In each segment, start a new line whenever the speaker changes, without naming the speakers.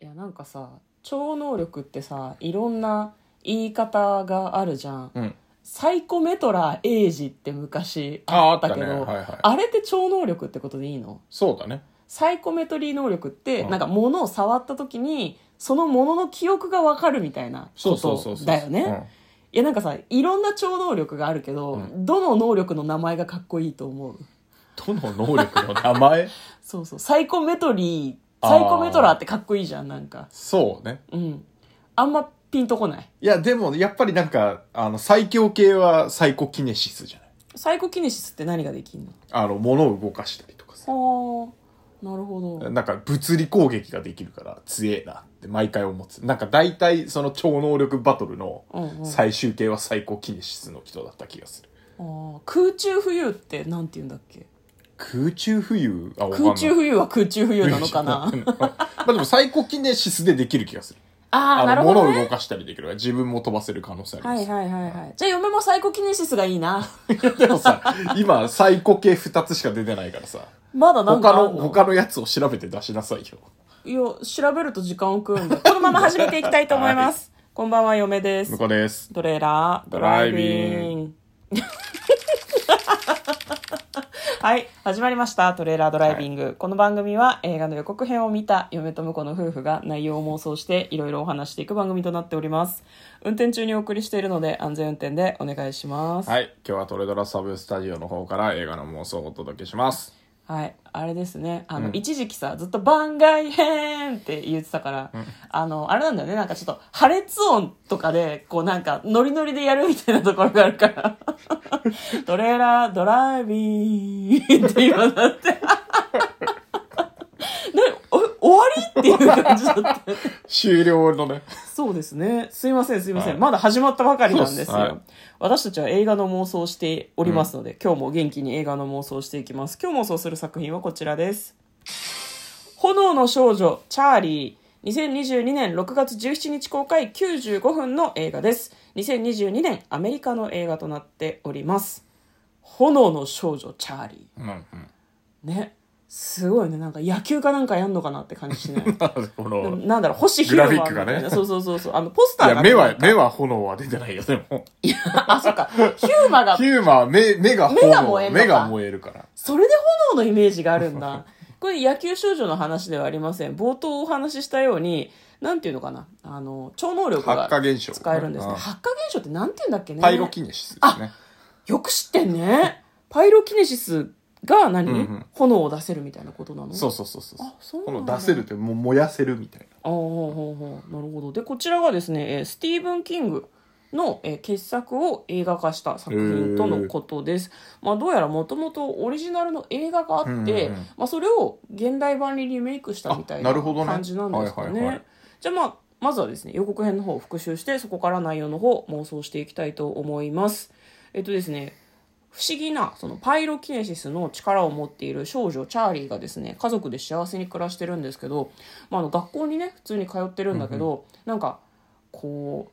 いやなんかさ超能力ってさいろんな言い方があるじゃん、
うん
サイコメトラーエイジって昔
あ
あ
あ
っ
ったた
け
ね
どあ,、
はいはい
れって超能力ってことでいいの
そうだね
サイコメトリー能力って、
うん
なんか物を触った時にその物の記憶がわかるみたいな
そ
こ
うそうそう
と
そう
だよね、いやなんかさいろんな超能力があるけど、
うん
どの能力の名前がかっこいいと思う
うん、どの能力の名前
そうそうサイコメトリー
あー
サイコメトラーってかっこいいじゃんなんか
そうね
うんあんまピンとこない
いやでもやっぱりなんかあの最強系はサイコキネシスじゃない
サイコキネシスって何ができるの
あの物を動かしたりとかさ
はあなるほど
なんか物理攻撃ができるから強えなって毎回思ってたなんか大体その超能力バトルの
うんうん
最終形はサイコキネシスの人だった気がする
あー空中浮遊ってなんて言うんだっけ
空中浮遊あわかんない
空中浮遊は空中浮遊なのか な
うんまあでもサイコキネシスでできる気がする
ああな
あ
るほ
の物
ど、
を
ね、
動かしたりできるから自分も飛ばせる可能性ありま
は
す
いはいはいはいじゃあ嫁もサイコキネシスがいい な
で もさ、今、サイコ系2つしか出てないからさ、
まだなんか
他
あん
の、他のやつを調べて出しなさいよ。
いや調べると時間を食うんでこのまま始めていきたいと思い ます、こんばんは嫁です
向こうです。
トレーラード
ド
ラ
ラ
イ
イ
ビ
ビ
ング。 はい始まりました「トレーラードライビング」この番組は映画の予告編を見た嫁と婿の夫婦が内容を妄想していろいろお話していく番組となっております運転中にお送りしているので安全運転でお願いしますはい、
はい、今日はトレドラサブスタジオの方から映画の妄想をお届けします。
あれですねあの、
うん
一時期さずっと「番外編」って言ってたから、あのあれなんだよねなんかちょっと破裂音とかでこうなんかノリノリでやるみたいなところがあるから 「トレーラードライビング」って言わなって。 なお終わりっていう感じだった
終了のね。
そうですね。すいません、すいません。
はい
まだ始まったばかりなん
そう
で
っ
す
す
よ。
はい
私たちは映画の妄想をしておりますので、今日も元気に映画の妄想をしていきます。今日妄想する作品はこちらです。炎の少女、チャーリー。2022年6月17日公開95分の映画です。2022年アメリカの映画となっております。炎の少女、チャーリ
うんうん。
ー。ね。すごいね。なんか野球かなんかやんのかなって感じしない。
こ
でも
の、
なんだろう、星ヒルマンみたいな
グラフィックがね
そうそうそうそう。あの、ポスター
いや、
が
目
ね、
は、目は炎は出てないよ、でも。
あ、そっか。ヒューマが
ヒ、ューマーは目、目が
目が燃え
炎。
んのか
目が燃えるから。
それで炎のイメージがあるん だ。これ野球少女の話ではありません。冒頭お話ししたように、なんていうのかな。あの、超能力が
発火現象。
使えるんですね。
うん
発火現象ってなんて言うんだっけね。
パイロキネシスですね。
よく知ってんね。パイロキネシスが何、
うんうん
炎を出せるみたいなことなの
そうそうそうそう
あそう。
こ
なん
の
だ
出せるって、もう燃やせるみたいな。
ああ、ほうほうほうなるほど。で、こちらがですね、えースティーブン・キングの、えー傑作を映画化した作品とのことです。まあ、どうやらもともとオリジナルの映画があって、
うんうんうん
まあ、それを現代版にリメイクしたみたい
あ
な
なるほどね
感じなんですかね。
はいはいはい
じゃあ、まあ、まずはですね、予告編の方を復習して、そこから内容の方を妄想していきたいと思います。えっとですね、不思議なそのパイロキネシスの力を持っている少女チャーリーがですね家族で幸せに暮らしてるんですけど、まあ、あの学校にね普通に通ってるんだけど、なんかこう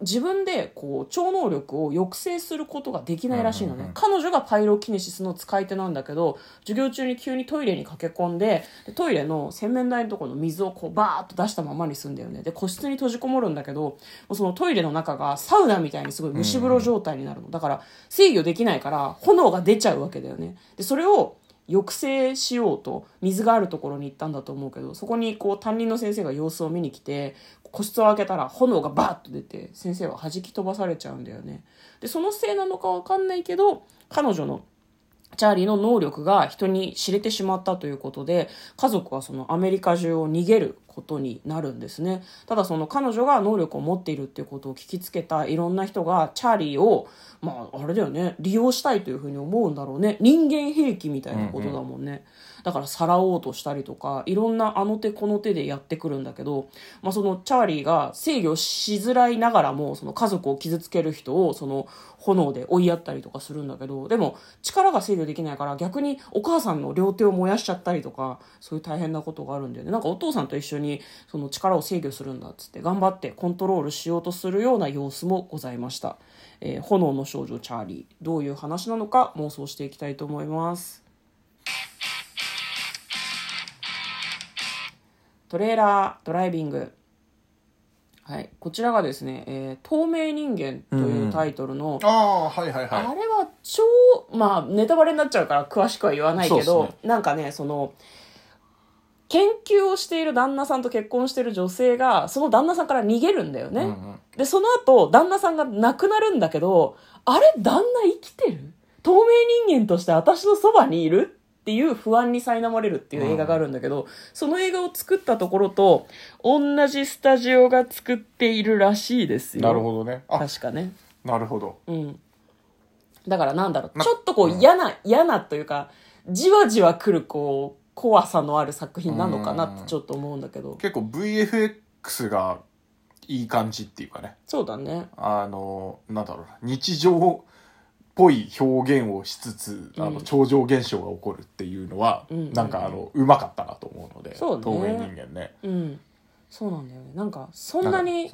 自分でこう超能力を抑制することができないらしいのね、
うんうんうん
彼女がパイロキネシスの使い手なんだけど授業中に急にトイレに駆け込んででトイレの洗面台のところの水をこうバーッと出したままにするんだよねで個室に閉じこもるんだけどもうそのトイレの中がサウナみたいにすごい蒸し風呂状態になるの、だから制御できないから炎が出ちゃうわけだよねでそれを抑制しようと水があるところに行ったんだと思うけどそこにこう担任の先生が様子を見に来て個室を開けたら炎がバーッと出て先生は弾き飛ばされちゃうんだよねでそのせいなのかわかんないけど彼女のチャーリーの能力が人に知れてしまったということで、家族はそのアメリカ中を逃げることになるんですね。ただその彼女が能力を持っているっていうことを聞きつけたいろんな人がチャーリーを、まああれだよね、利用したいというふうに思うんだろうね。人間兵器みたいなことだもんね。だからさらおうとしたりとか、いろんなあの手この手でやってくるんだけど、まあそのチャーリーが制御しづらいながらも、その家族を傷つける人をその炎で追いやったりとかするんだけど、でも力が制御できないから逆にお母さんの両手を燃やしちゃったりとか、そういう大変なことがあるんだよね。なんかお父さんと一緒にその力を制御するんだっつって頑張ってコントロールしようとするような様子もございました。えー炎の少女チャーリー、どういう話なのか妄想していきたいと思います。トレーラードライビング。はい。こちらがですね、えー透明人間というタイトルの、
ああ、はいはいは
あれは超、まあ、ネタバレになっちゃうから詳しくは言わないけ
そう
ど、
っす
なんかね、その、研究をしている旦那さんと結婚している女性が、その旦那さんから逃げるんだよね。
うんうん
で、その後、旦那さんが亡くなるんだけど、あれ、旦那生きてる透明人間として私のそばにいるっていう不安に苛まれるっていう映画があるんだけど、その映画を作ったところと、同じスタジオが作っているらしいです
い。
よ。
なるほどね。あ、
確かね。
なるほど。
うん。だからなんだろう、
ま
ちょっとこう嫌な、嫌なというか、じわじわ来るこう、怖さのある作品なのかなってちょっと思うんだけど。
結構 VFX がいい感じっていうかね。
そうだね。
あの、なんだろうな。日常っぽい表現をしつつ、あ
う
の、
ん
超常現象が起こるっていうのは、
うん
なんかあの、うまかったなと思うので、
そうね
透明人間ね。
うん。そうなんだよね。なんか、そんなに、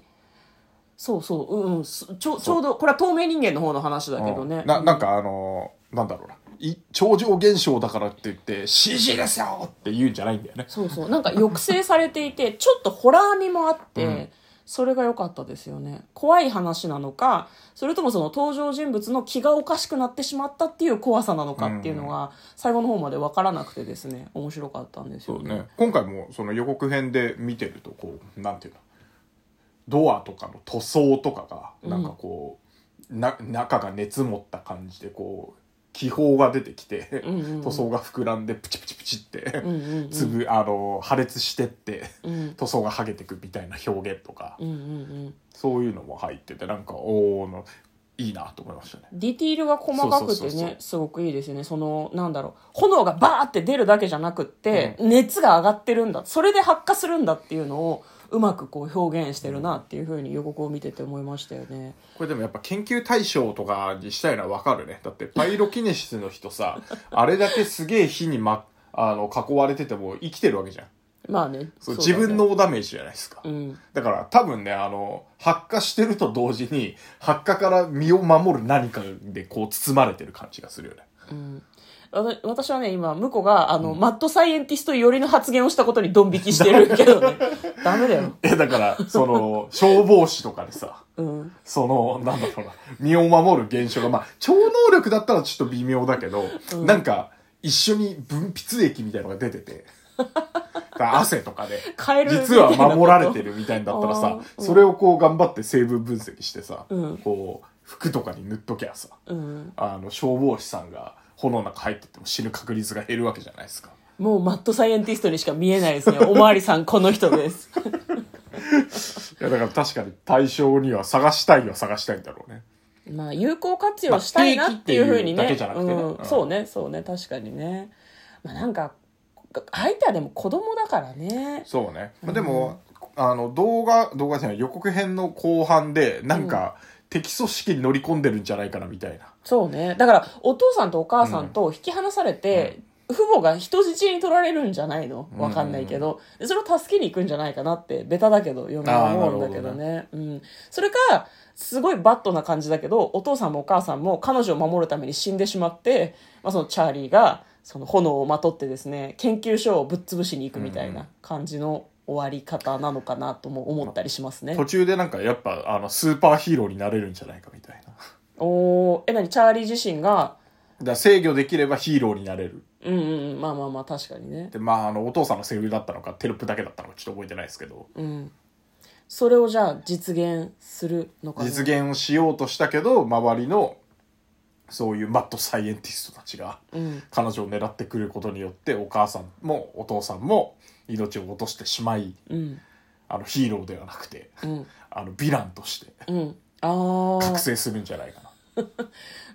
そうそう、うん、うん、そちょちょうど、これは透明人間の方の話だけどね
う。んななんかあのーなんだろうない超常現象だからって言って CG ですよって言うんじゃないんだよね
そうそう。なんか抑制されてい て、ちょっとホラー味もあって、
うん
それが良かったですよね。怖い話なのか、それともその登場人物の気がおかしくなってしまったっていう怖さなのかっていうのが、最後の方まで分からなくてですね、面白かったんですよね。
今回もその予告編で見てるとこうなんていうのドアとかの塗装とかがなんかこう、な中が熱持った感じでこう気泡が出てきて、
うんうんうん
塗装が膨らんでプチプチプチって、
うんうん
つぶあの破裂してって
うん。
塗装が剥げてくみたいな表現とか、
うんうんうん。
そういうのも入っててなんかおおのいいなと思いましたね。
ディティールが細かく
そうそう
て
そうそう
ね、すごくいいですよね。その、なんだろう、炎がバーって出るだけじゃなくって、熱が上がってるんだ。それで発火するんだっていうのを、うまくこう表現してるなっていうふうに予告を見てて思いましたよね。
これでもやっぱ研究対象とかにしたいのはわかるね。だってパイロキネシスの人さ、 あれだけすげえ火にま、あの、囲われてても生きてるわけじゃん。
まあね。
そ
そ
う
うだね
自分。のダメージじゃないですか。
うん。
だから多分ね、あの、発火してると同時に、発火から身を守る何かでこう包まれてる感じがするよね。
うん。わた私はね、今、向こうが、あの、マッドサイエンティスト寄りの発言をしたことにドン引きしてるけど ね。ダメだよ。
え、だから、その、消防士とかでさ、
うん。
その、なんだろうな、身を守る現象が、まあ、超能力だったらちょっと微妙だけど、
うん
なんか、一緒に分泌液みたいのが出てて、だから汗とかで、
カエルみたい
実
な
は
こと
守られてるみたいんだったら
あ
さ、
ーうん
それをこう頑張って成分分析してさ、
うん
こう、服とかに塗っときゃさ、
うん。
あの、消防士さんが炎の中入ってっても死ぬ確率が減るわけじゃないですか。
もうマッドサイエンティストにしか見えない ですね。おまわりさん、この人です。
いや、だから確かに対象には探したいは探したいんだろうね。
まあ、有効活用したいなっていうふうに
まあ
ね
定期っていうだけじゃなくてね
う。
うんん
そうね、そうね、確かにね。まあ、なんか、相手はでも子供だからね。
そうね、まあ、でも、あの動画動画じゃない予告編の後半でなんか、敵組織に乗り込んでるんじゃないかなみたいな
そうね。だから、お父さんとお母さんと引き離されて、父母が人質に取られるんじゃないのわかんないけど、でそれを助けに行くんじゃないかなって、ベタだけど、読みは思うんだけどね。うん。それか、すごいバッドな感じだけど、お父さんもお母さんも彼女を守るために死んでしまって、まあ、そのチャーリーが、その炎をまとってですね、研究所をぶっ潰しに行くみたいな感じの終わり方なのかなとも思ったりしますね
途。中でなんかやっぱあのスーパーヒーローになれるんじゃないかみたいなだか
おーえ、なに、チャーリー自身が、
ら制御できればヒーローになれる
うんうんうん、まあまあまあ、確かにね。
でまああのお父さんのセリフだったのかテロップだけだったのかちょっと覚えてないですけど
うん、それをじゃあ実現するのかな
実現をしようとしたけど周りのそういうマッドサイエンティストたちが
うん
彼女を狙ってくることによってお母さんもお父さんも命を落としてしまい
うん
あのヒーローではなくて
うん
あのヴィランとして
うんあ
覚
あ
醒するんじゃないかな。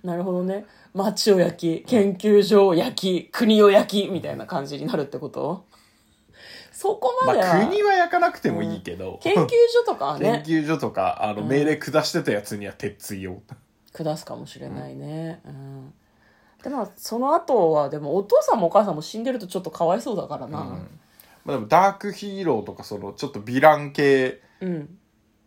なるほどね町を焼き研究所を焼き国を焼きみたいな感じになるってことそこま
ま
では、
あ国は焼かなくてもいいけど、
研究所とかはね
研究所とかあの命令下してたやつには鉄槌を。
下すかもしれないね、うんでもその後はでもお父さんもお母さんも死んでるとちょっとかわいそうだからな
まあ、でもダークヒーローとかそのちょっとヴィラン系
うん、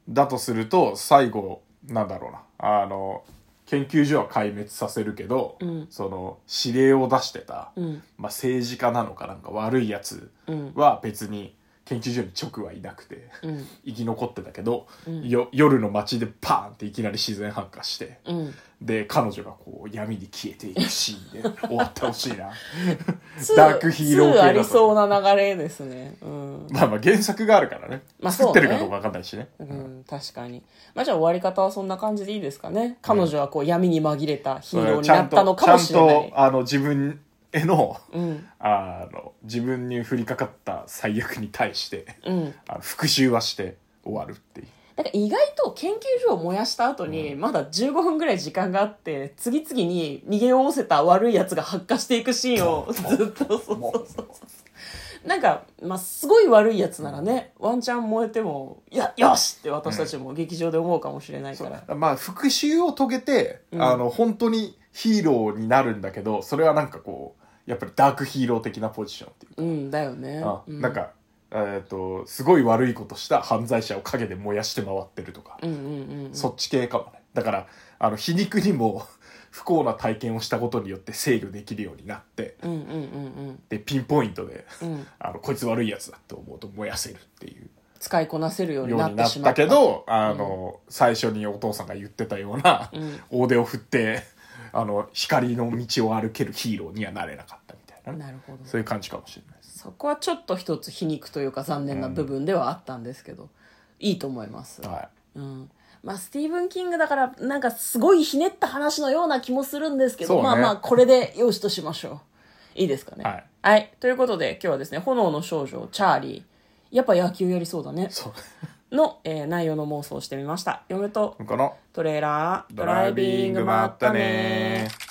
だとすると最後なんだろうなあの研究所は壊滅させるけど、
うん
その指令を出してた、
うん
まあ、政治家なのかなんか悪いやつ
うん
は別に研究所に直はいなくて
うん
生き残ってたけど、
うん
よ夜の街でパーンっていきなり自然発火して
うん
で彼女がこう闇に消えていくシ ーンで終わってほしいな
ツ
ダークヒーロー系だと
ツありそうな流れですねうん、
まあまあ原作があるからね、
まあそう
作
ね
ってるかどうか分かんないしね、
うん、確かにまあじゃあ終わり方はそんな感じでいいですかね彼女はこう闇に紛れたヒーローに
ちゃ
なんっ
と
たのかもしれない
ちゃんとあの自分への
うん
あの自分に降りかかった最悪に対して
うん
あの復讐はして終わるっていう
なんか意外と研究所を燃やした後に、まだ15分ぐらい時間があって、次々に逃げおおせた悪い奴が発火していくシーンをずっと、そうそうそうそう。なんか、まあ、すごい悪い奴ならね、ワンチャン燃えても、いや、よしって私たちも劇場で思うかもしれないから。
まあ復讐を遂げて、
うん
あの本当にヒーローになるんだけどそれはなんかこうやっぱりダークヒーロー的なポジションっていう
うん、だよね。
か、
う
なん、か、えー、とすごい悪いことした犯罪者を陰で燃やして回ってるとか、
うんうんうんうん。
そっち系かもねだからあの皮肉にも 不幸な体験をしたことによって制御できるようになって
うんうんうん
でピンポイントで
うん。うん。
あのこいつ悪いやつだと思うと燃やせるっていう
使いこなせるように
よ
な
う
っ
に
て
なっ
しま
た
った。
けど、あの、最初にお父さんが言ってたような、
うん
大手を振って、あの、光の道を歩けるヒーローにはなれなかったみたいなね、
なるほど。
そういう感じかもしれないです。
そこはちょっと一つ皮肉というか残念な部分ではあったんですけど、いいと思います、
は
うん、まあスティーブン・キングだからなんかすごいひねった話のような気もするんですけど、
そうね
まあまあこれでよしとしましょ ういいですかね
はい、
ということで今日はですね「炎の少女チャーリー」やっぱ野球やりそうだね
い。そう。
の、えー内容の妄想をしてみました嫁と
この、
トレーラード
ドライビングもあったねー。